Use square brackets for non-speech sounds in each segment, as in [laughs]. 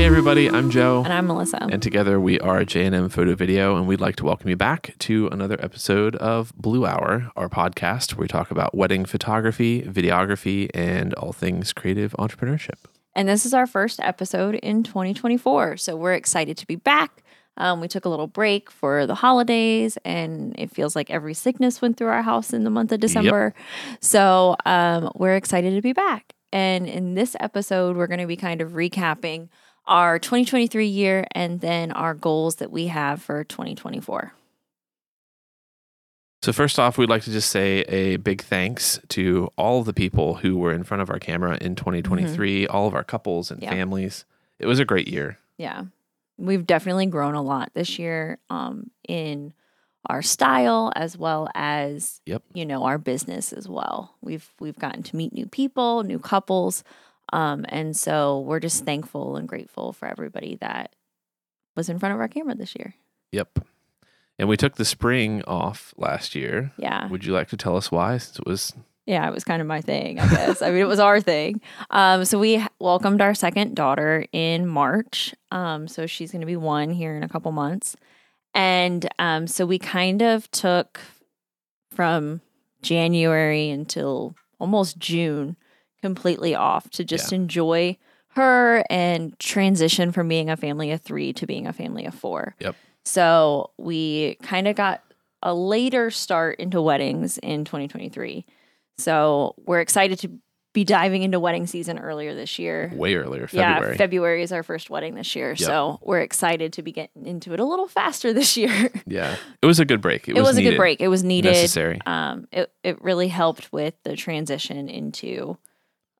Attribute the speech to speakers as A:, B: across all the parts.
A: everybody. I'm Joe.
B: And I'm Melissa.
A: And together we are J&M Photo Video, and we'd like to welcome you back to another episode of Blue Hour, our podcast where we talk about wedding photography, videography, and all things creative entrepreneurship.
B: And this is our first episode in 2024. So we're excited to be back. Um, we took a little break for the holidays, and it feels like every sickness went through our house in the month of December. So um, we're excited to be back. And in this episode, we're going to be kind of recapping our 2023 year and then our goals that we have for 2024.
A: So, first off, we'd like to just say a big thanks to all the people who were in front of our camera in 2023, all of our couples and
B: Mm-hmm. Yeah.
A: families. It was a great year.
B: Yeah. We've definitely grown a lot this year um, in our style as well as
A: Yep.
B: you know our business as well. We've we've gotten to meet new people, new couples, um, and so we're just thankful and grateful for everybody that was in front of our camera this year.
A: Yep. And we took the spring off last year.
B: Yeah,
A: Would you like to tell us why? Since it was
B: yeah, it was kind of my thing, I guess. I mean, it was our thing. Um, so we h- welcomed our second daughter in March. Um, so she's going to be one here in a couple months, and um, so we kind of took from January until almost June completely off to just enjoy her and transition from being a family of three to being a family of four.
A: Yep.
B: So we kind of got a later start into weddings in 2023. So we're excited to be diving into wedding season earlier this year.
A: way earlier,
B: Yeah,
A: February.
B: February is our first wedding this year. So we're excited to be getting into it a little faster this year. [laughs]
A: yeah. It was a good break. It,
B: It, was, a
A: needed,
B: good break. It was needed.
A: Necessary.
B: Um, it, it really helped with the transition into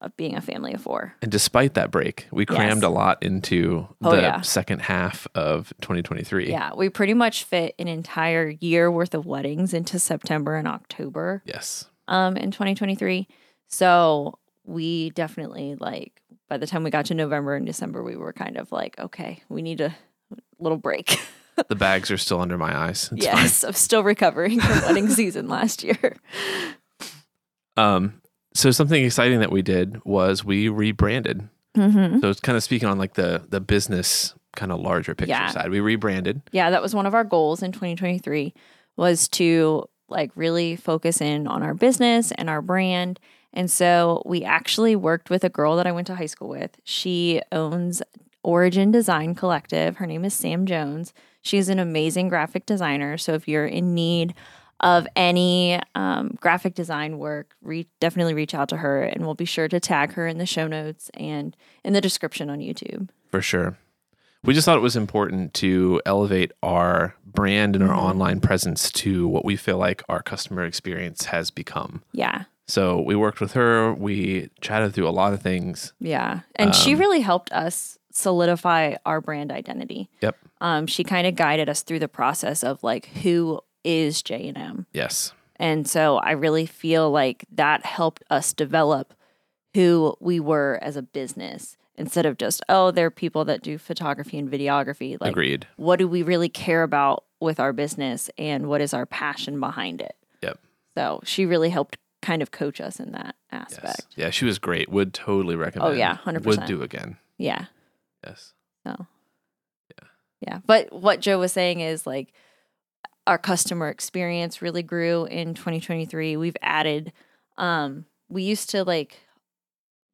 B: uh, being a family of four.
A: And despite that break, we crammed
B: Yes.
A: a lot into
B: Oh,
A: the
B: yeah.
A: second half of 2023.
B: Yeah, we pretty much fit an entire year worth of weddings into September and October
A: Yes.
B: um, in 2023. So we definitely like by the time we got to November and December, we were kind of like, okay, we need a little break. [laughs]
A: The bags are still under my eyes. It's fine.
B: yes, I'm still recovering from wedding season last year.
A: Um, so something exciting that we did was we rebranded.
B: Mm-hmm.
A: So it's kind of speaking on like the the business kind of larger picture
B: Yeah.
A: side. We rebranded.
B: yeah that was one of our goals in 2023 was to like really focus in on our business and our brand and so we actually worked with a girl that i went to high school with she owns origin design collective her name is sam jones she's an amazing graphic designer so if you're in need of any um, graphic design work re- definitely reach out to her and we'll be sure to tag her in the show notes and in the description on youtube
A: For sure. We just thought it was important to elevate our brand and our
B: Mm-hmm.
A: online presence to what we feel like our customer experience has become.
B: yeah
A: So we worked with her, we chatted through a lot of things.
B: Yeah. And she
A: Um,
B: really helped us solidify our brand identity.
A: Yep.
B: Um, she kind of guided us through the process of like who is J and M.
A: Yes.
B: And so I really feel like that helped us develop who we were as a business instead of just, oh, they're people that do photography and videography. Like
A: Agreed.
B: what do we really care about with our business and what is our passion behind it?
A: Yep.
B: So she really helped kind of coach us in that aspect.
A: Yes. Yeah, she was great. Would totally recommend.
B: Oh, yeah, 100%.
A: Would do again.
B: Yeah.
A: Yes.
B: Yeah. But what Joe was saying is like our customer experience really grew in 2023. We've added, um, we used to like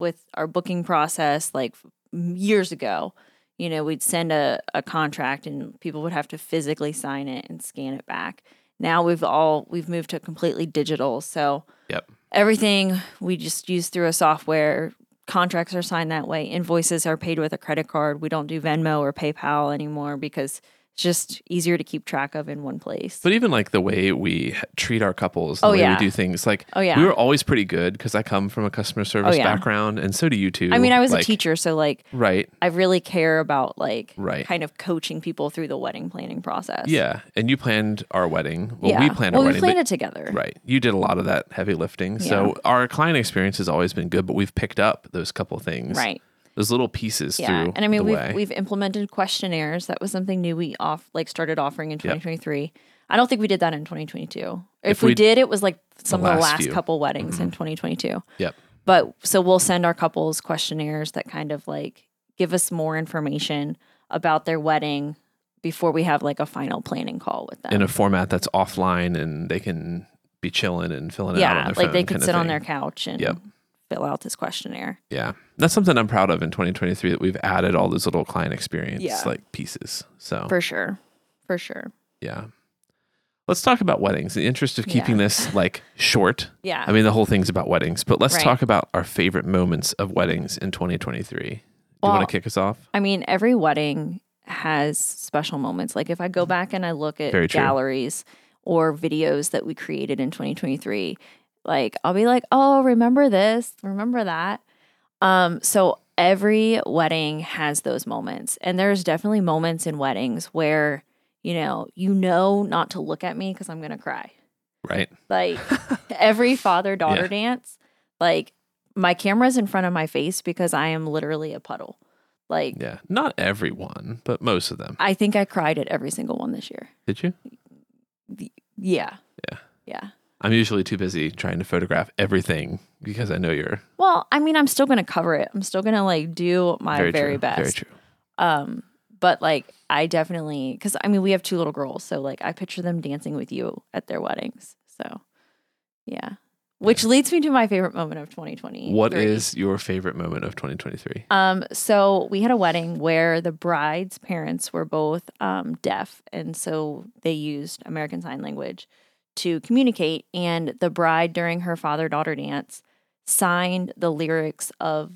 B: with our booking process like years ago, you know, we'd send a, a contract and people would have to physically sign it and scan it back. Now we've all we've moved to completely digital. So
A: Yep.
B: everything we just use through a software. Contracts are signed that way. Invoices are paid with a credit card. We don't do Venmo or PayPal anymore because it's just easier to keep track of in one place.
A: But even like the way we h- treat our couples, the
B: Oh,
A: way
B: yeah.
A: we do things, like
B: Oh, yeah. Oh,
A: we were always pretty good because I come from a customer service
B: yeah.
A: background, and so do you too.
B: I mean, I was a
A: Like,
B: teacher, so like
A: right?
B: I really care about like
A: Right.
B: kind of coaching people through the wedding planning process.
A: Yeah, and you planned our wedding. Well, we planned
B: well,
A: our
B: we
A: wedding,
B: planned
A: but-
B: it together.
A: [laughs] right? You did a lot of that heavy lifting, so our client experience has always been good, but we've picked up those couple things,
B: Right.
A: Those little pieces
B: Yeah.
A: through.
B: And I mean,
A: the
B: we've
A: way.
B: we've implemented questionnaires. That was something new we off like started offering in 2023. I don't think we did that in 2022. If,
A: If
B: we,
A: we-
B: did, it was like some of the
A: last
B: last
A: few. Mm-hmm.
B: couple weddings in 2022.
A: yep.
B: But so we'll send our couples questionnaires that kind of like give us more information about their wedding before we have like a final planning call with them.
A: in a format that's offline and they can be chilling and filling it out.
B: yeah,
A: on their
B: like they
A: phone
B: could
A: kinda
B: sit on
A: thing.
B: their couch and
A: Yep.
B: fill out this questionnaire.
A: Yeah. That's something I'm proud of in 2023 that we've added all those little client experience
B: Yeah.
A: like pieces. So,
B: For sure. For sure.
A: yeah. Let's talk about weddings. In the interest of keeping
B: Yeah. [laughs]
A: this like short,
B: Yeah.
A: I mean, the whole thing's about weddings, but let's
B: Right.
A: talk about our favorite moments of weddings in 2023. Do you
B: Well,
A: want to kick us off?
B: I mean, every wedding has special moments. Like if I go back and I look at
A: Very true.
B: galleries or videos that we created in 2023, like I'll be like, "Oh, remember this? Remember that?" Um, so every wedding has those moments. And there's definitely moments in weddings where, you know, you know not to look at me cuz I'm going to cry.
A: Right.
B: Like every father daughter
A: Yeah.
B: dance, like my camera's in front of my face because I am literally a puddle. Like
A: Yeah. Not everyone, but most of them.
B: I think I cried at every single one this year.
A: Did you?
B: Yeah.
A: Yeah.
B: Yeah.
A: I'm usually too busy trying to photograph everything because I know you're
B: Well, I mean, I'm still going to cover it. I'm still going to like do my very,
A: very, true,
B: best.
A: Very true.
B: Um, but like I definitely cuz I mean, we have two little girls, so like I picture them dancing with you at their weddings. So, yeah. Which leads me to my favorite moment of 2020.
A: What is your favorite moment of 2023?
B: Um, so we had a wedding where the bride's parents were both um, deaf, and so they used American Sign Language to communicate. And the bride, during her father daughter dance, signed the lyrics of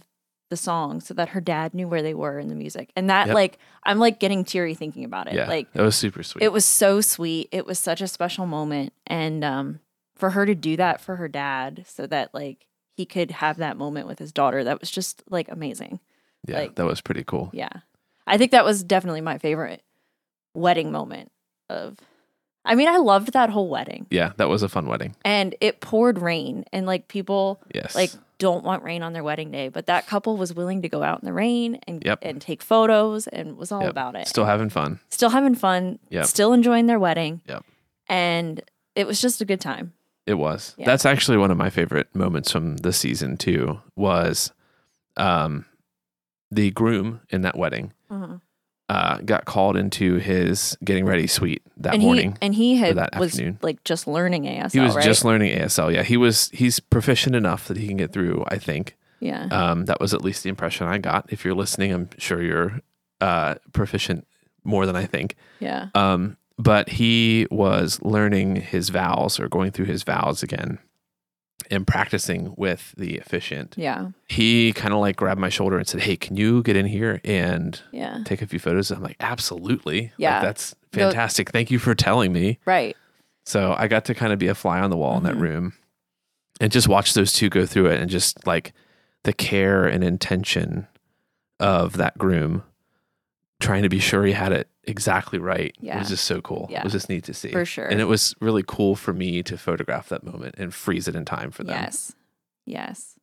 B: the song so that her dad knew where they were in the music. And that,
A: Yep.
B: like, I'm like getting teary thinking about it.
A: yeah.
B: Like,
A: that was super sweet.
B: it was so sweet. It was such a special moment. And um, for her to do that for her dad so that, like, he could have that moment with his daughter, that was just like amazing.
A: yeah.
B: like-
A: that was pretty cool.
B: Yeah. I think that was definitely my favorite wedding moment of I mean, I loved that whole wedding.
A: Yeah, that was a fun wedding.
B: And it poured rain and like people
A: Yes.
B: like don't want rain on their wedding day, but that couple was willing to go out in the rain and
A: Yep.
B: and take photos and was all
A: Yep.
B: about it.
A: still having fun.
B: Still having fun,
A: Yep.
B: still enjoying their wedding.
A: Yep.
B: And it was just a good time.
A: It was.
B: Yeah.
A: That's actually one of my favorite moments from the season too. Was, um, the groom in that wedding uh got called into his getting ready suite that
B: and
A: morning.
B: he and he had
A: that
B: was
A: afternoon.
B: like just learning ASL,
A: He, was
B: right?
A: just learning ASL. Yeah, he was. He's proficient enough that he can get through. I think.
B: yeah.
A: Um, that was at least the impression I got. If you're listening, I'm sure you're uh proficient more than I think.
B: yeah.
A: Um, but he was learning his vows or going through his vows again and practicing with the officiant.
B: Yeah.
A: He kind of like grabbed my shoulder and said, Hey, can you get in here and
B: Yeah.
A: take a few photos? I'm like, Absolutely. Like,
B: Yeah.
A: that's fantastic. Thank you for telling me.
B: Right.
A: So I got to kind of be a fly on the wall in
B: Mhm.
A: that room and just watch those two go through it and just like the care and intention of that groom trying to be sure he had it exactly right
B: Yeah.
A: was just so cool.
B: Yeah.
A: It was just neat to see.
B: For sure.
A: And it was really cool for me to photograph that moment and freeze it in time for them.
B: Yes. Yes.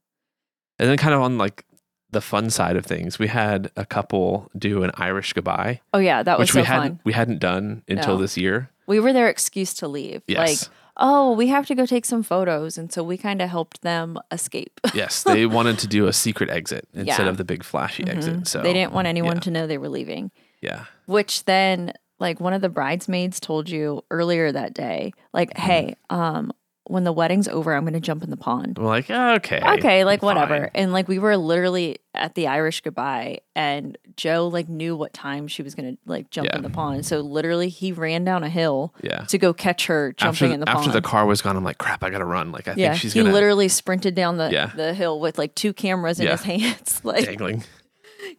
A: And then kind of on like the fun side of things, we had a couple do an Irish goodbye,
B: Oh yeah, that was
A: which
B: so
A: we hadn't
B: fun.
A: we hadn't done until
B: No.
A: this year.
B: We were their excuse to leave.
A: Yes.
B: Like, oh, we have to go take some photos, and so we kind of helped them escape.
A: Yes, they wanted to do a secret
B: [laughs]
A: exit instead
B: Yeah.
A: of the big flashy
B: Mhm. [laughs]
A: exit. So
B: they didn't want anyone
A: yeah.
B: to know they were leaving.
A: Yeah,
B: Which then, like one of the bridesmaids told you earlier that day, like,
A: Mm-hmm.
B: hey, um, when the wedding's over, I'm going to jump in the pond.
A: I'm like okay,
B: Okay, like
A: fine.
B: whatever. And like we were literally at the Irish goodbye and Joe like knew what time she was going to like jump
A: Yeah.
B: in the pond. So literally he ran down a hill
A: Yeah.
B: to go catch her
A: After,
B: jumping in the
A: after
B: pond.
A: the car was gone, I'm like crap. I gotta run. Like I
B: yeah,
A: think she's
B: he
A: gonna
B: literally sprinted down the,
A: Yeah.
B: the hill with like two cameras in
A: Yeah.
B: his hands, [laughs]
A: [laughs]
B: like
A: dangling.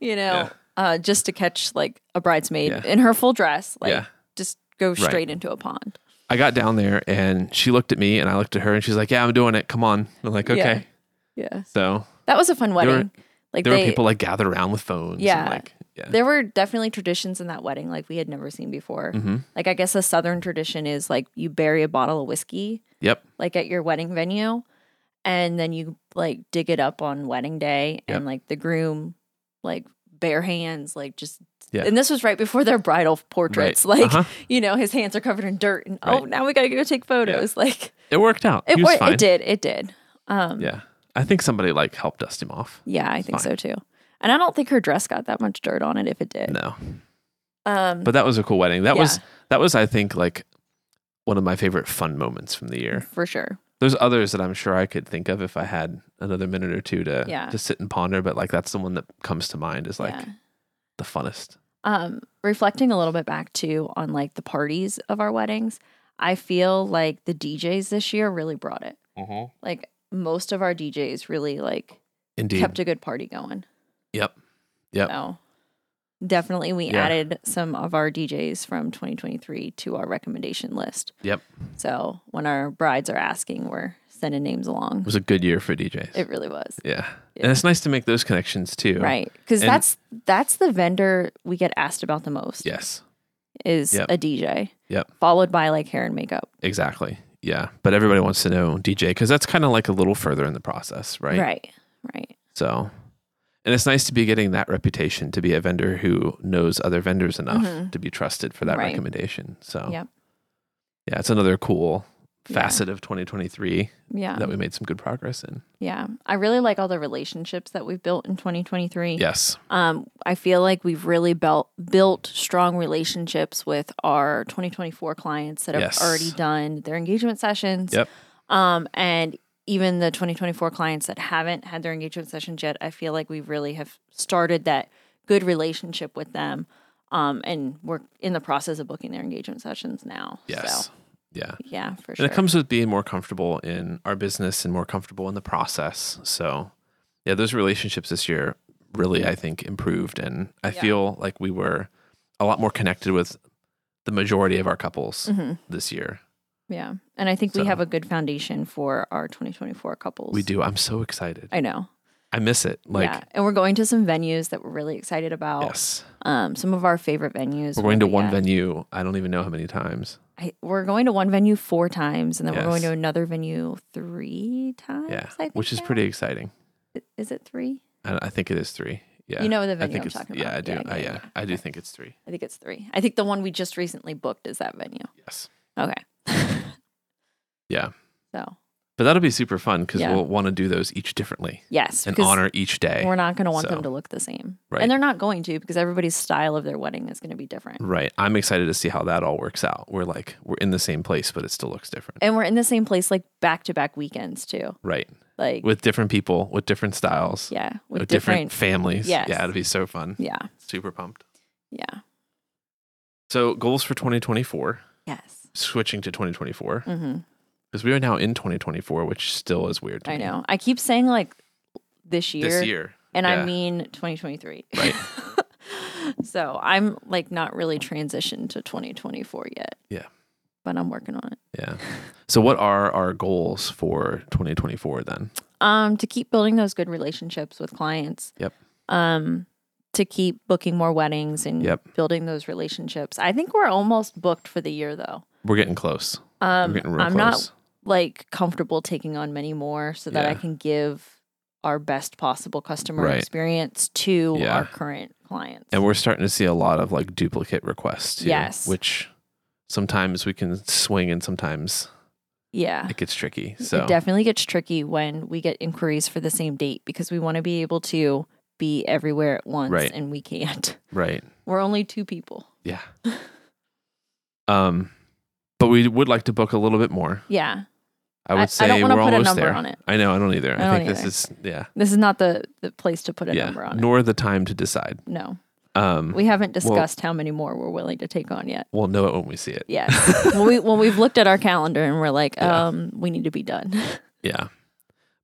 B: you know,
A: Yeah.
B: uh, just to catch like a bridesmaid
A: Yeah.
B: in her full dress, like
A: Yeah.
B: just go
A: Right.
B: straight into a pond.
A: I got down there and she looked at me and I looked at her and she's like, yeah, I'm doing it. Come on. I'm like okay.
B: Yeah. Yeah,
A: So
B: that was a fun
A: were-
B: wedding. like
A: there
B: they,
A: were people like gathered around with phones.
B: Yeah.
A: And, like yeah.
B: there were definitely traditions in that wedding like we had never seen before.
A: mm-hmm.
B: Like I guess a southern tradition is like you bury a bottle of whiskey
A: Yep.
B: like at your wedding venue and then you like dig it up on wedding day and
A: Yep.
B: like the groom like bare hands like just
A: Yeah.
B: and this was right before their bridal portraits like
A: Uh-huh.
B: you know his hands are covered in dirt and oh
A: Right.
B: now we gotta go take photos [laughs] like
A: It worked out.
B: [laughs] it,
A: He was
B: wa-
A: fine.
B: it did it did um yeah,
A: Yeah. I think somebody like helped dust him off.
B: i think so too And I don't think her dress got that much dirt on it if it did.
A: No,
B: Um,
A: but that was a cool wedding. That was
B: Yeah.
A: that was I think like one of my favorite fun moments from the year.
B: for sure.
A: There's others that I'm sure I could think of if I had another minute or two to
B: Yeah.
A: to sit and ponder, but like that's the one that comes to mind is like
B: yeah.
A: the funnest.
B: um reflecting a little bit back too on like the parties of our weddings i feel like the djs this year really brought it like most of our djs really like
A: Indeed.
B: kept a good party going
A: yep. Yep.
B: so definitely we
A: Yeah.
B: added some of our djs from 2023 to our recommendation list
A: Yep.
B: so when our brides are asking we're sending names
A: It
B: along
A: was a good year for DJs.
B: it really was
A: yeah.
B: Yeah.
A: And it's nice to make those connections too.
B: right because
A: And-
B: that's that's the vendor we get asked about the most
A: Yes.
B: is
A: Yep.
B: a dj
A: Yep.
B: followed by like hair and makeup
A: Exactly. Yeah. But everybody wants to know DJ because that's kind of like a little further in the process, right?
B: Right. Right.
A: So, and it's nice to be getting that reputation to be a vendor who knows other vendors enough
B: Mhm.
A: to be trusted for that
B: Right.
A: recommendation. So,
B: Yep.
A: yeah, it's another cool
B: Yeah.
A: facet of 2023
B: Yeah.
A: that we made some good progress in.
B: yeah. I really like all the relationships that we've built in 2023.
A: Yes.
B: Um, I feel like we've really built built strong relationships with our 2024 clients that have
A: Yes.
B: already done their engagement sessions.
A: Yep.
B: Um, and even the 2024 clients that haven't had their engagement sessions yet, I feel like we really have started that good relationship with them. Um, and we're in the process of booking their engagement sessions now.
A: Yes.
B: So,
A: Yeah.
B: yeah, for sure.
A: And it comes with being more comfortable in our business and more comfortable in the process. So, yeah, those relationships this year really, I think, improved. And I
B: Yeah.
A: feel like we were a lot more connected with the majority of our couples
B: Mhm.
A: this year.
B: Yeah. And I think
A: So-
B: we have a good foundation for our 2024 couples.
A: We do. I'm so excited.
B: I know.
A: I miss it. Like,
B: yeah. And we're going to some venues that we're really excited about.
A: yes,
B: Um, some of our favorite venues.
A: we're going to
B: will be
A: one
B: at-
A: venue. I don't even know how many times.
B: I, we're going to one venue four times, and then we're going
A: Yes.
B: to another venue three times.
A: Yeah,
B: I think
A: which is
B: now.
A: pretty exciting.
B: I- Is it three?
A: I, I think it is three. Yeah,
B: You know the
A: I
B: venue
A: think
B: I'm
A: it's
B: talking
A: yeah.
B: about.
A: I do. Uh, Yeah, I, yeah, I do
B: Okay.
A: think it's three.
B: I think it's three. I think the one we just recently booked is that venue.
A: Yes,
B: Okay.
A: Yeah.
B: [laughs] So
A: but that'll be super fun because
B: Yeah.
A: we'll want to do those each differently
B: yes,
A: and
B: because
A: honor each day.
B: We're not going to want
A: So-
B: them to look the same,
A: Right.
B: and they're not going to because everybody's style of their wedding is going to be different.
A: Right. I'm excited to see how that all works out. We're like we're in the same place, but it still looks different.
B: and we're in the same place like back to back weekends too.
A: Right.
B: Like
A: With different people, with different styles,
B: yeah, with
A: with different,
B: different,
A: families.
B: Yes.
A: Yeah, it'll be so fun.
B: yeah,
A: Super pumped.
B: yeah,
A: So goals for 2024,
B: yes.
A: switching to 2024
B: hmm
A: because we are now in 2024, which still is weird. To
B: I
A: me.
B: know. I keep saying like this year,
A: This year.
B: and
A: yeah.
B: I mean 2023.
A: Right.
B: [laughs] so I'm like not really transitioned to 2024 yet.
A: Yeah.
B: but I'm working on it.
A: Yeah. So what are our goals for 2024 then?
B: Um, to keep building those good relationships with clients.
A: Yep.
B: Um. To keep booking more weddings and
A: Yep.
B: building those relationships. I think we're almost booked for the year though.
A: We're getting close.
B: Um,
A: we're getting real
B: I'm not
A: close.
B: like comfortable taking on many more so that I
A: Yeah.
B: can give our best possible customer
A: Right.
B: experience to
A: Yeah.
B: our current clients.
A: And we're starting to see a lot of like duplicate requests. Too,
B: Yes.
A: Which sometimes we can swing and sometimes
B: yeah.
A: it gets tricky. So
B: It definitely gets tricky when we get inquiries for the same date because we want to be able to be everywhere at once
A: Right.
B: and we can't. [laughs]
A: right.
B: We're only two people. [laughs]
A: Yeah. um but we would like to book a little bit more.
B: Yeah.
A: I would
B: I-
A: say
B: I don't
A: we're
B: wanna put a
A: almost
B: number
A: there.
B: on it.
A: I know, I don't either. I,
B: I don't
A: think
B: either.
A: this is yeah.
B: This is not the, the place to put a
A: yeah.
B: number on
A: Nor the time to decide.
B: it. No.
A: Um
B: We haven't discussed how many more we're willing to take on yet.
A: we'll know it when we see it.
B: Yes. well, we, well, we've looked at our calendar and we're like,
A: Yeah.
B: um, we need to be done.
A: Yeah.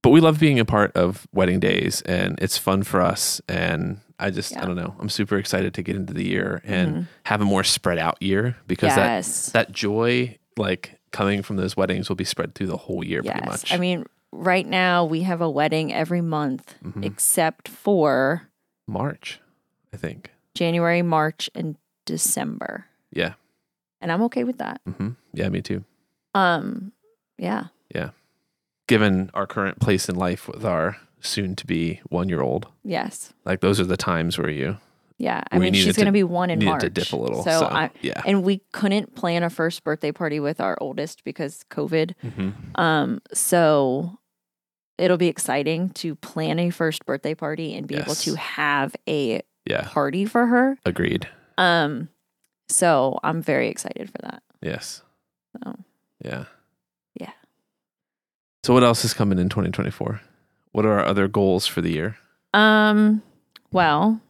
A: But we love being a part of wedding days and it's fun for us. And I just, I
B: Yeah.
A: don't know, I'm super excited to get into the year and
B: Mhm.
A: have a more spread out year because
B: yes.
A: that, that joy, like coming from those weddings, will be spread through the whole year pretty much.
B: I mean, right now we have a wedding every month
A: Mhm.
B: except for
A: March, I think.
B: January, March, and December.
A: Yeah.
B: And I'm okay with that.
A: hmm Yeah, me too.
B: Um, yeah.
A: Given our current place in life with our soon to be one year old,
B: Yes.
A: like those are the times where you
B: Yeah. I
A: We
B: mean,
A: needed
B: she's going
A: to-
B: to be one in
A: needed
B: March.
A: to dip a little.
B: So, I,
A: yeah.
B: and we couldn't plan a first
A: Mm-hmm.
B: birthday party with our oldest because COVID.
A: Mhm.
B: Um, so it'll be exciting to plan a first birthday party and be able
A: Yes.
B: to have a
A: Yeah.
B: party for her.
A: Agreed.
B: Um, so I'm very excited for that.
A: Yes.
B: So
A: Yeah.
B: Yeah.
A: So what else is coming in 2024? What are our other goals for the year?
B: Um, well,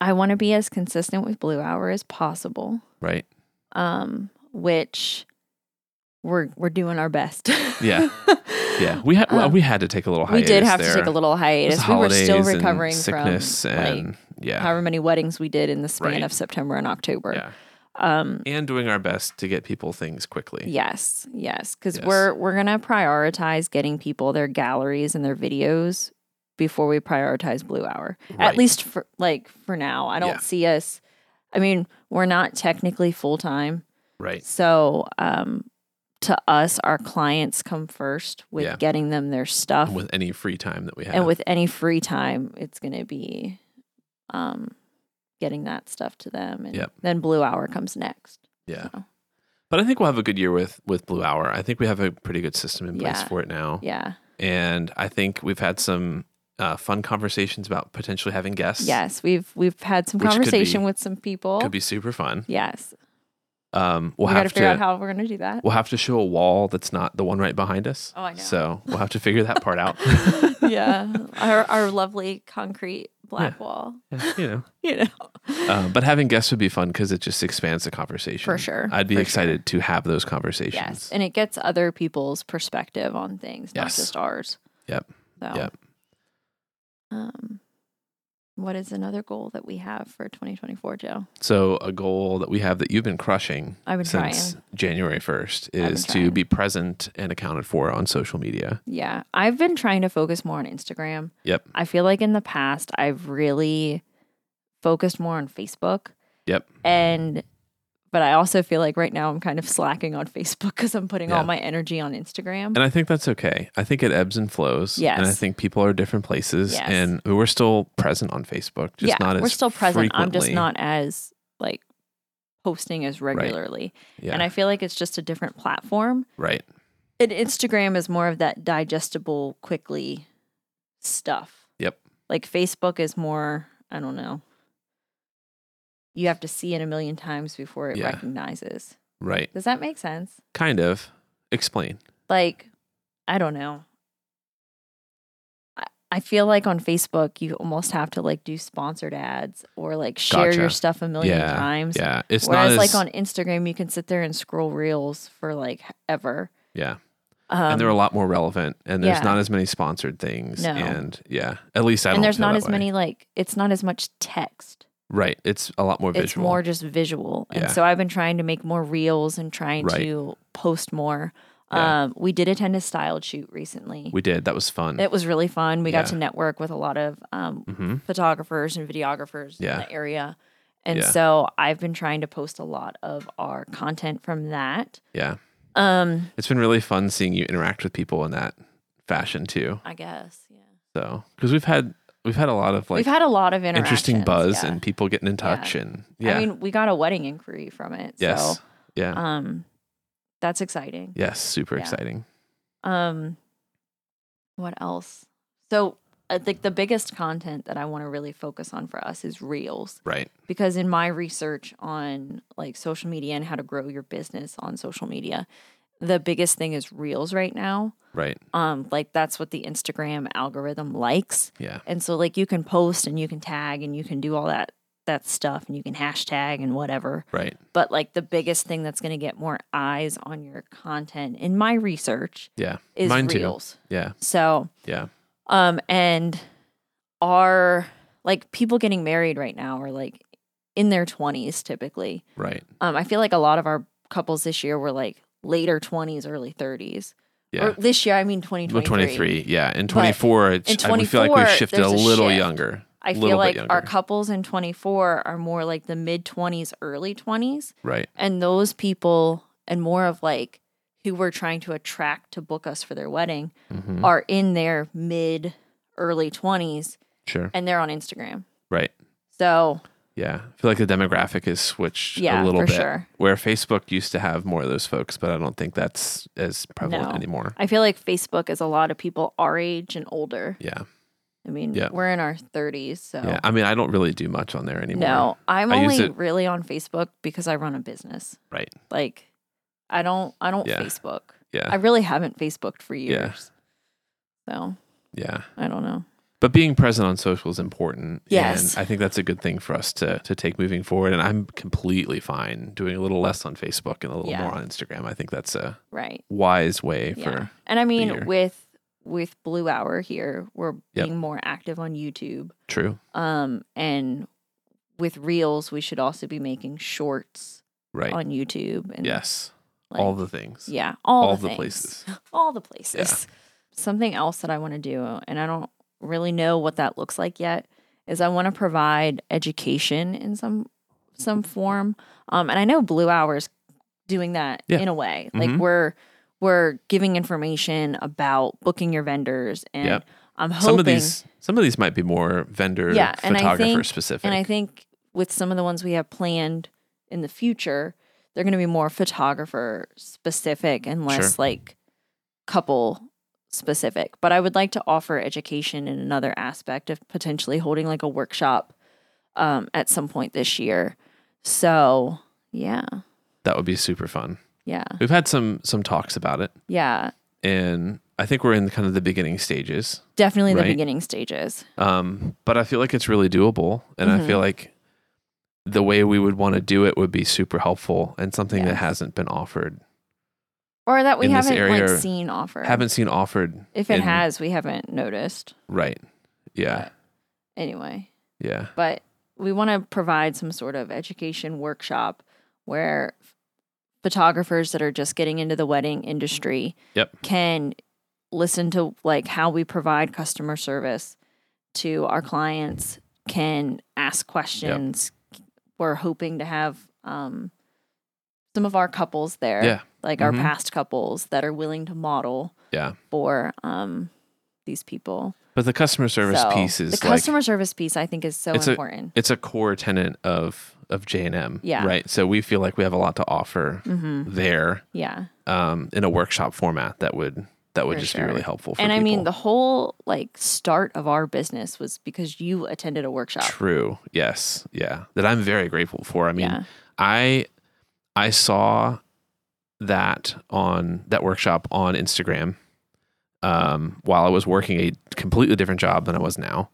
B: I want to be as consistent with Blue Hour as possible.
A: Right.
B: Um, which we're we're doing our best. [laughs]
A: Yeah. [laughs] Yeah. We had well,
B: Um,
A: we had to take a little
B: we
A: hiatus.
B: did have to
A: there.
B: take a little
A: It was
B: hiatus. We were still
A: holidays and
B: recovering
A: sickness
B: from
A: and
B: like
A: yeah.
B: however many weddings we did in the span
A: Right.
B: of September and October.
A: Yeah.
B: Um,
A: And doing our best to get people things quickly.
B: yes, yes, because
A: Yes.
B: we're we're gonna prioritize getting people their galleries and their videos before we prioritize Blue Hour. at
A: Right.
B: least for like for now i don't
A: Yeah.
B: see us i mean we're not technically full-time
A: Right.
B: so um to us our clients come first with
A: Yeah.
B: getting them their stuff
A: And with any free time that we have.
B: and with any free time it's going to be um getting that stuff to them and
A: Yep.
B: then blue hour comes next
A: Yeah.
B: So,
A: But I think we'll have a good year with with Blue Hour. I think we have a pretty good system in place
B: Yeah.
A: for it now.
B: yeah
A: And I think we've had some uh, fun conversations about potentially having guests.
B: yes we've we've had some
A: Which could
B: conversation
A: be-
B: with some people
A: Could be super fun.
B: yes
A: Um, we'll
B: we got to
A: have
B: figure
A: to
B: out how we're going to do that
A: we'll have to show a wall that's not the one right behind us.
B: Oh, I know.
A: So we'll have to figure that part
B: [laughs]
A: out.
B: yeah our, our lovely concrete black wall [laughs]
A: Yeah, you know,
B: you know
A: um, but having guests would be fun because it just expands the conversation.
B: For sure,
A: I'd be
B: for
A: excited to have those conversations.
B: yes and it gets other people's perspective on things not
A: Yes.
B: just ours
A: Yep.
B: so,
A: Yep.
B: um what is another goal that we have for 2024 joe
A: So a goal that we have that you've been crushing
B: i've been
A: since
B: trying
A: January first
B: been
A: is to
B: trying.
A: be present and accounted for on social media.
B: yeah i've been trying to focus more on instagram
A: Yep.
B: i feel like in the past i've really focused more on facebook
A: Yep.
B: and but i also feel like right now i'm kind of slacking on facebook because i'm putting
A: Yeah.
B: all my energy on instagram
A: And I think that's okay. I think it ebbs and flows. And I
B: Yes.
A: think people are different places.
B: Yes.
A: And we're still present on Facebook. Just not as
B: we're still present. I'm just
A: frequently.
B: not as like posting as regularly,
A: Yeah.
B: and I feel like it's just a different platform.
A: right.
B: And Instagram is more of that digestible, quickly stuff.
A: Yep.
B: Like Facebook is more. I don't know. You have to see it a million times before it
A: Yeah.
B: recognizes.
A: Right.
B: Does that make sense?
A: Kind of. Explain.
B: like i don't know I- I feel like on Facebook, you almost have to like do sponsored ads or like share your
A: Gotcha.
B: stuff a million
A: Yeah,
B: times.
A: Yeah. It's
B: Whereas
A: not as
B: like on Instagram, you can sit there and scroll reels for like ever.
A: Yeah.
B: Um,
A: and they're a lot more relevant and there's
B: yeah.
A: not as many sponsored things.
B: No.
A: And yeah. At least I don't
B: and there's
A: feel
B: not
A: that
B: as
A: way.
B: many like it's not as much text.
A: Right. It's a lot more visual.
B: It's more just visual. And
A: Yeah.
B: so I've been trying to make more reels and trying
A: Right.
B: to post more.
A: Yeah.
B: Um, we did attend a styled shoot recently.
A: we did. That was fun.
B: it was really fun. We got
A: Yeah.
B: to network with a lot of um,
A: mm-hmm.
B: photographers and videographers in
A: Yeah.
B: the area. And
A: Yeah.
B: so I've been trying to post a lot of our content from that.
A: Yeah.
B: Um,
A: It's been really fun seeing you interact with people in that fashion too.
B: I guess. Yeah.
A: So, because we've had we've had a lot of like
B: We've had a lot of
A: interesting
B: interactions,
A: buzz
B: yeah.
A: and people getting in touch and yeah.
B: I mean, we got a wedding inquiry from it.
A: yes.
B: So
A: yeah.
B: um that's exciting.
A: yes. Super
B: yeah.
A: exciting.
B: Um what else? So I think the biggest content that I want to really focus on for us is reels.
A: Right.
B: because in my research on like social media and how to grow your business on social media the biggest thing is reels right now
A: Right.
B: um like that's what the instagram algorithm likes
A: Yeah.
B: and so like you can post and you can tag and you can do all that that stuff and you can hashtag and whatever
A: Right.
B: but like the biggest thing that's going to get more eyes on your content in my research
A: Yeah.
B: is
A: Mine too.
B: reels
A: Yeah.
B: so
A: Yeah.
B: um and are like people getting married right now are like in their 20s typically
A: Right.
B: um i feel like a lot of our couples this year were like later 20s early 30s
A: Yeah.
B: or this year i mean
A: well,
B: 2023
A: twenty three. Yeah. And
B: But
A: twenty four.
B: in
A: I feel like
B: 24,
A: we've shifted a
B: there's a
A: little
B: shift.
A: younger.
B: i feel
A: little bit
B: like our
A: younger.
B: couples in 24 are more like the mid 20s early 20s
A: Right.
B: and those people and more of like who we're trying to attract to book us for their wedding
A: hmm
B: are in their mid early 20s
A: Sure.
B: and they're on instagram
A: Right.
B: so
A: Yeah. I feel like the demographic is switched
B: Yeah,
A: a little
B: for
A: bit.
B: sure.
A: Where Facebook used to have more of those folks, but I don't think that's as prevalent
B: No.
A: anymore.
B: I feel like Facebook is a lot of people our age and older.
A: Yeah.
B: I mean,
A: Yeah.
B: we're in our 30s, so
A: Yeah. I mean, I don't really do much on there anymore.
B: no, I'm
A: I use
B: only
A: it-
B: really on Facebook because I run a business.
A: Right.
B: Like, I don't, I don't
A: Yeah.
B: Facebook.
A: Yeah.
B: I really haven't Facebooked for
A: Yeah.
B: years. So
A: yeah.
B: I don't know.
A: But being present on social is important.
B: Yes.
A: And I think that's a good thing for us to to take moving forward. And I'm completely fine doing a little less on Facebook and a little
B: Yeah.
A: more on Instagram. I think that's a
B: Right.
A: wise way for
B: Yeah. And I
A: year.
B: mean, with with Blue Hour here, we're
A: Yep.
B: being more active on YouTube.
A: true.
B: Um, and with Reels, we should also be making shorts
A: Right.
B: on YouTube. And
A: yes.
B: like-
A: all the things.
B: yeah, all,
A: all
B: the,
A: the
B: things.
A: places.
B: all [laughs] the places. Something else that I want to do, and I don't really know what that looks like yet, is I want to provide education in some some form. Um, and I know Blue Hours doing that
A: Yeah.
B: in a way, like
A: Mhm.
B: we're we're giving information about booking your vendors, and
A: Yep.
B: I'm hoping,
A: Some of these some of these might be more vendor
B: Yeah, and I
A: photographer
B: think-
A: specific.
B: and I think with some of the ones we have planned in the future, they're going to be more photographer specific and less like couple specific. But I would like to offer education in another aspect of potentially holding like a workshop um, at some point this year. So yeah,
A: that would be super fun.
B: yeah,
A: We've had some some talks about it
B: yeah.
A: and I think we're in kind of the beginning stages.
B: Definitely the
A: Right.
B: beginning stages.
A: Um, but I feel like it's really doable, and I
B: Mm-hmm.
A: feel like the way we would want to do it would be super helpful and something that
B: Yes.
A: hasn't been offered,
B: Or that we
A: In this
B: haven't
A: area,
B: like seen offer.
A: haven't seen offered.
B: if it
A: in-
B: has, we haven't noticed.
A: right? Yeah,
B: Anyway.
A: yeah,
B: but we want to provide some sort of education workshop where photographers that are just getting into the wedding industry
A: Yep.
B: can listen to like how we provide customer service to our clients can ask questions we're hoping to have um, some of our couples there
A: Yeah.
B: like
A: Mhm.
B: our past couples that are willing to model
A: yeah.
B: for um, these people
A: But the customer service
B: So,
A: piece is
B: the
A: like
B: customer service piece i think is so
A: It's a-
B: important
A: it's a core tenant of of J and M.
B: Yeah.
A: right. So we feel like we have a lot to offer
B: mm-hmm.
A: there
B: Yeah.
A: um, in a workshop format that would that would
B: For
A: just
B: sure.
A: be really helpful. For
B: and I mean,
A: people.
B: the whole like start of our business was because you attended a workshop.
A: True. Yes. Yeah. That I'm very grateful for. I mean,
B: yeah.
A: I I saw that on that workshop on Instagram um, while I was working a completely different job than I was now.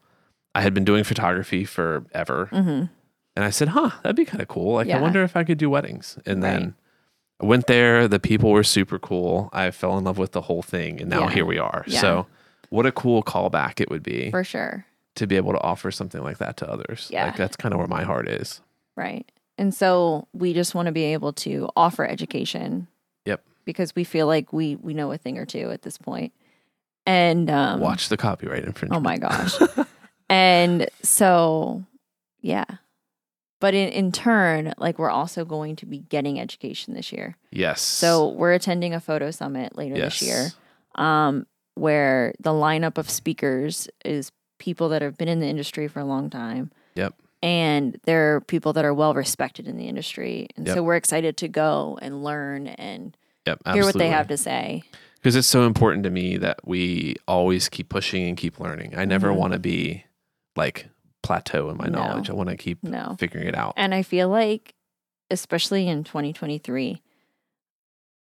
A: I had been doing photography forever,
B: Mm-hmm.
A: and I said, "Huh, that'd be kind of cool. Like, I
B: Yeah.
A: wonder if I could do weddings." And
B: Right.
A: then I went there. The people were super cool. I fell in love with the whole thing, and now
B: Yeah.
A: here we are.
B: Yeah.
A: So, what a cool callback it would be
B: For sure.
A: to be able to offer something like that to others.
B: Yeah.
A: Like that's kind of where my heart is.
B: Right. And so we just want to be able to offer education.
A: Yep.
B: Because we feel like we we know a thing or two at this point. And um
A: Watch the copyright
B: Oh
A: infringement. [laughs]
B: my gosh. and so yeah. But in, in turn, like we're also going to be getting education this year.
A: Yes.
B: So we're attending a photo summit later this year.
A: Yes.
B: um, where the lineup of speakers is people that have been in the industry for a long time.
A: Yep.
B: And they're people that are well respected in the industry. And
A: Yep.
B: so we're excited to go and learn and
A: Yep.
B: hear what they have to say.
A: Because it's so important to me that we always keep pushing and keep learning. I never
B: Mhm.
A: want to be like plateau in my
B: No.
A: knowledge. I want to keep
B: No.
A: figuring it out.
B: And I feel like, especially in 2023,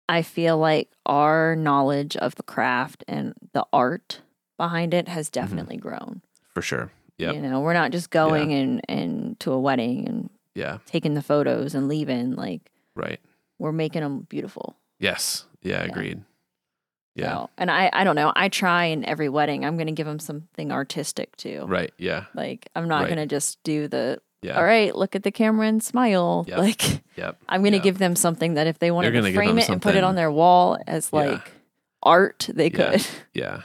B: I feel like our knowledge of the craft and the art behind it has definitely grown.
A: for sure. Mm-hmm. Yep.
B: You know, we're not just going and, and to a wedding and
A: Yeah.
B: taking the photos and leaving. Like,
A: Right.
B: we're making them beautiful.
A: Yes. Yeah.
B: Yeah.
A: Agreed. Yeah.
B: So- and I, I don't know. I try in every wedding. I'm going to give them something artistic too.
A: Right. Yeah.
B: Like I'm not
A: Right.
B: going to just do the,
A: Yeah.
B: all right, look at the camera and smile.
A: Yep.
B: Like [laughs]
A: Yep.
B: I'm going to
A: Yeah.
B: give them something that if they wanted
A: gonna
B: to
A: give
B: frame
A: them
B: it and put it on
A: something-
B: their wall as
A: Yeah.
B: like art, they
A: Yeah.
B: could. [laughs]
A: Yeah.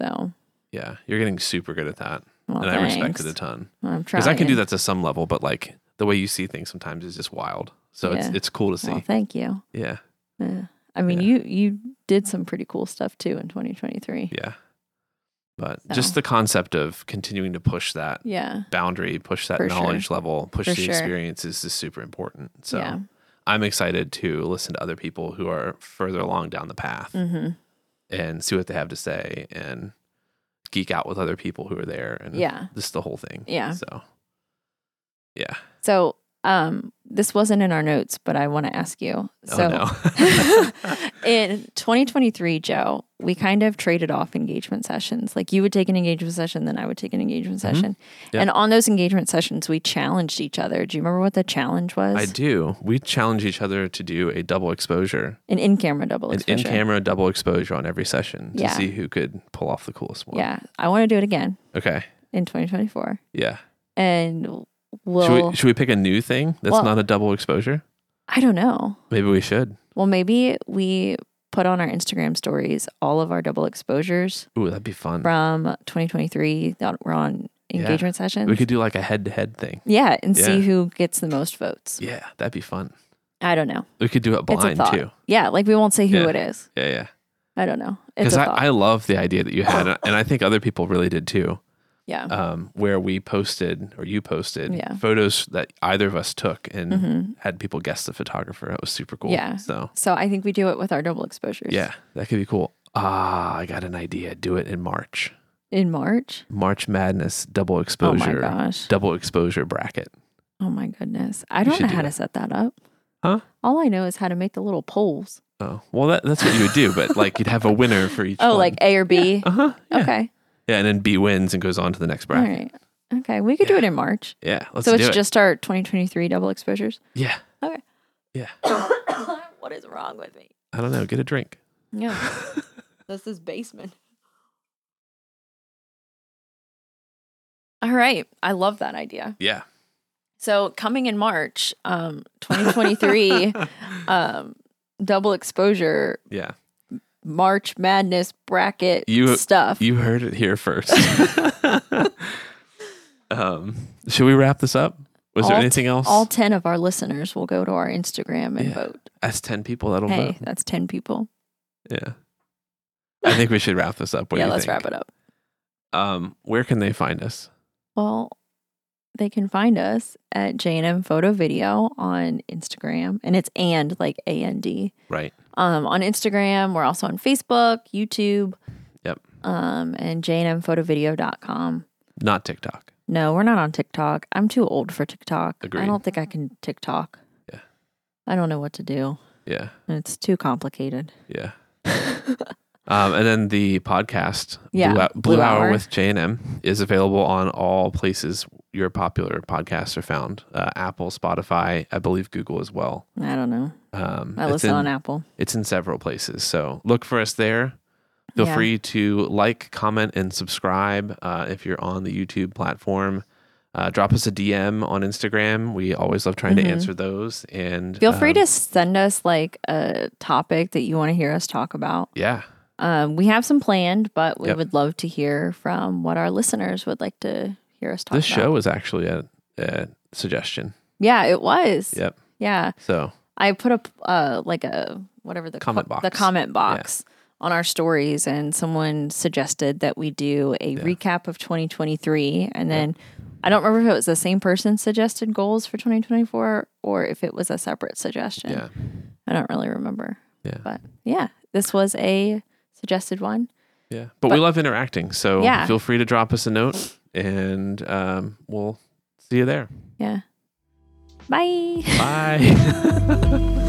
B: So,
A: Yeah. You're getting super good at that.
B: well,
A: and I respect it a
B: thanks.
A: ton.
B: I'm trying.
A: Because I can do that to some level, but like the way you see things sometimes is just wild. So it's
B: Yeah.
A: it's cool to see.
B: Well, thank you.
A: yeah.
B: Yeah. I mean, you you did some pretty cool stuff too in 2023.
A: Yeah. But
B: So.
A: just the concept of continuing to push that
B: Yeah.
A: boundary, push that
B: For sure.
A: knowledge level, push
B: For
A: the
B: sure.
A: experience is just super important. So
B: Yeah.
A: I'm excited to listen to other people who are further along down the path
B: Mm-hmm.
A: and see what they have to say and geek out with other people who are there and
B: Yeah.
A: just the whole thing.
B: Yeah.
A: So oh, yeah.
B: So um, this wasn't in our notes, but I want to ask you. So
A: [laughs]
B: [laughs]
A: oh no.
B: in 2023, Joe, we kind of traded off engagement sessions. Like you would take an engagement session, then I would take an engagement
A: Mhm.
B: session.
A: Yeah.
B: And on those engagement sessions, we challenged each other. Do you remember what the challenge was?
A: I do. We challenge each other to do a double exposure,
B: An in-camera double
A: an
B: exposure.
A: in-camera double exposure on every session to
B: Yeah.
A: see who could pull off the coolest one.
B: Yeah, I want to do it again
A: Okay.
B: in 2024,
A: Yeah.
B: and
A: should
B: we'll.
A: we should we pick a new thing that's
B: Well-
A: not a double exposure?
B: I don't know.
A: Maybe we should.
B: Well, maybe we put on our Instagram stories all of our double exposures
A: Ooh, that'd be fun.
B: from 2023 that were on
A: Yeah.
B: engagement sessions.
A: We could do like a head-to-head thing.
B: yeah, and see
A: Yeah.
B: who gets the most votes.
A: Yeah, that'd be fun.
B: I don't know.
A: We could do it
B: It's a
A: blind
B: thought.
A: too.
B: Yeah, like we won't say who
A: Yeah.
B: it is.
A: Yeah, yeah.
B: I don't know. It's
A: Because
B: a
A: I,
B: thought.
A: I love the idea that you
B: [laughs]
A: had, and I think other people really did too.
B: yeah.
A: Um, where we posted or you posted
B: Yeah.
A: photos that either of us took and
B: Mhm.
A: had people guess the photographer. That was super cool.
B: Yeah.
A: So
B: So I think we do it with our double exposures.
A: yeah, that could be cool. Ah, I got an idea. Do it in March.
B: In March.
A: March Madness double
B: Oh my
A: exposure.
B: gosh.
A: double exposure bracket.
B: Oh my goodness. I don't
A: should
B: know
A: do
B: how to
A: that.
B: set that up.
A: Huh?
B: All I know is how to make the little polls.
A: Oh well, that, that's what you would do, but like you'd have a winner for each.
B: Oh, like A or B.
A: uh huh. Yeah.
B: Okay.
A: Yeah, and then B wins and goes on to the next bracket.
B: All right. Okay. We could do it in March.
A: Yeah, let's
B: so
A: do
B: it's
A: it.
B: just our 2023 double exposures.
A: [laughs] yeah,
B: what is wrong with me?
A: I don't know. Get a drink.
B: Yeah. This is basement. All right. I love that idea.
A: [laughs] yeah.
B: So coming in March, um,
A: [laughs]
B: 2023, um, double exposure,
A: yeah.
B: March Madness bracket
A: You-
B: stuff.
A: You heard it here first. [laughs] um, should we wrap this up? Was there
B: All t-
A: anything else?
B: All 10 of our listeners will go to our Instagram and
A: Yeah.
B: vote.
A: That's ten people that'll
B: Hey,
A: vote.
B: that's 10 people.
A: Yeah. I think we should wrap this up. What
B: yeah,
A: do you
B: let's
A: think?
B: wrap it up.
A: Um, where can they find us?
B: Well, they can find us at J&M Photo Video on Instagram, and it's and like A N D.
A: Right.
B: Um, on Instagram, we're also on Facebook, YouTube.
A: Yep.
B: Um, and jnmphotovideo.com.
A: Not TikTok.
B: No, we're not on TikTok. I'm too old for TikTok.
A: Agreed.
B: I don't think I can TikTok.
A: Yeah.
B: I don't know what to do.
A: Yeah.
B: It's too complicated.
A: Yeah. [laughs] Um, and then the podcast,
B: Yeah,
A: Blue, Hou- Blue,
B: Blue
A: Hour
B: Hour.
A: with J and M, is available on all places your popular podcasts are found: uh, Apple, Spotify, I believe Google as well.
B: I don't know.
A: Um,
B: I
A: it's
B: listen
A: in-
B: on Apple.
A: It's in several places. So look for us there. Feel
B: Yeah.
A: free to like, comment, and subscribe uh, if you're on the YouTube platform. Uh, drop us a DM on Instagram. We always love trying
B: Mhm.
A: to answer those. And
B: Feel free
A: um,
B: to send us like a topic that you want to hear us talk about.
A: yeah,
B: Um, we have some planned, but we
A: Yep.
B: would love to hear from what our listeners would like to hear us talk
A: this
B: about.
A: show is actually a, a suggestion.
B: Yeah, it was.
A: Yep.
B: Yeah.
A: So
B: I put up uh, like a whatever the
A: Comment box.
B: the comment box on our stories, and someone suggested that we do a recap of 2023, and then I don't remember if it was the same person suggested goals for 2024 or if it was a separate suggestion.
A: yeah,
B: I don't really remember.
A: Yeah.
B: but yeah, this was a suggested one.
A: yeah. But, we love interacting. So
B: Yeah.
A: feel free to drop us a note, and um, we'll see you there. [laughs]
B: Yeah. Bye.
A: Bye.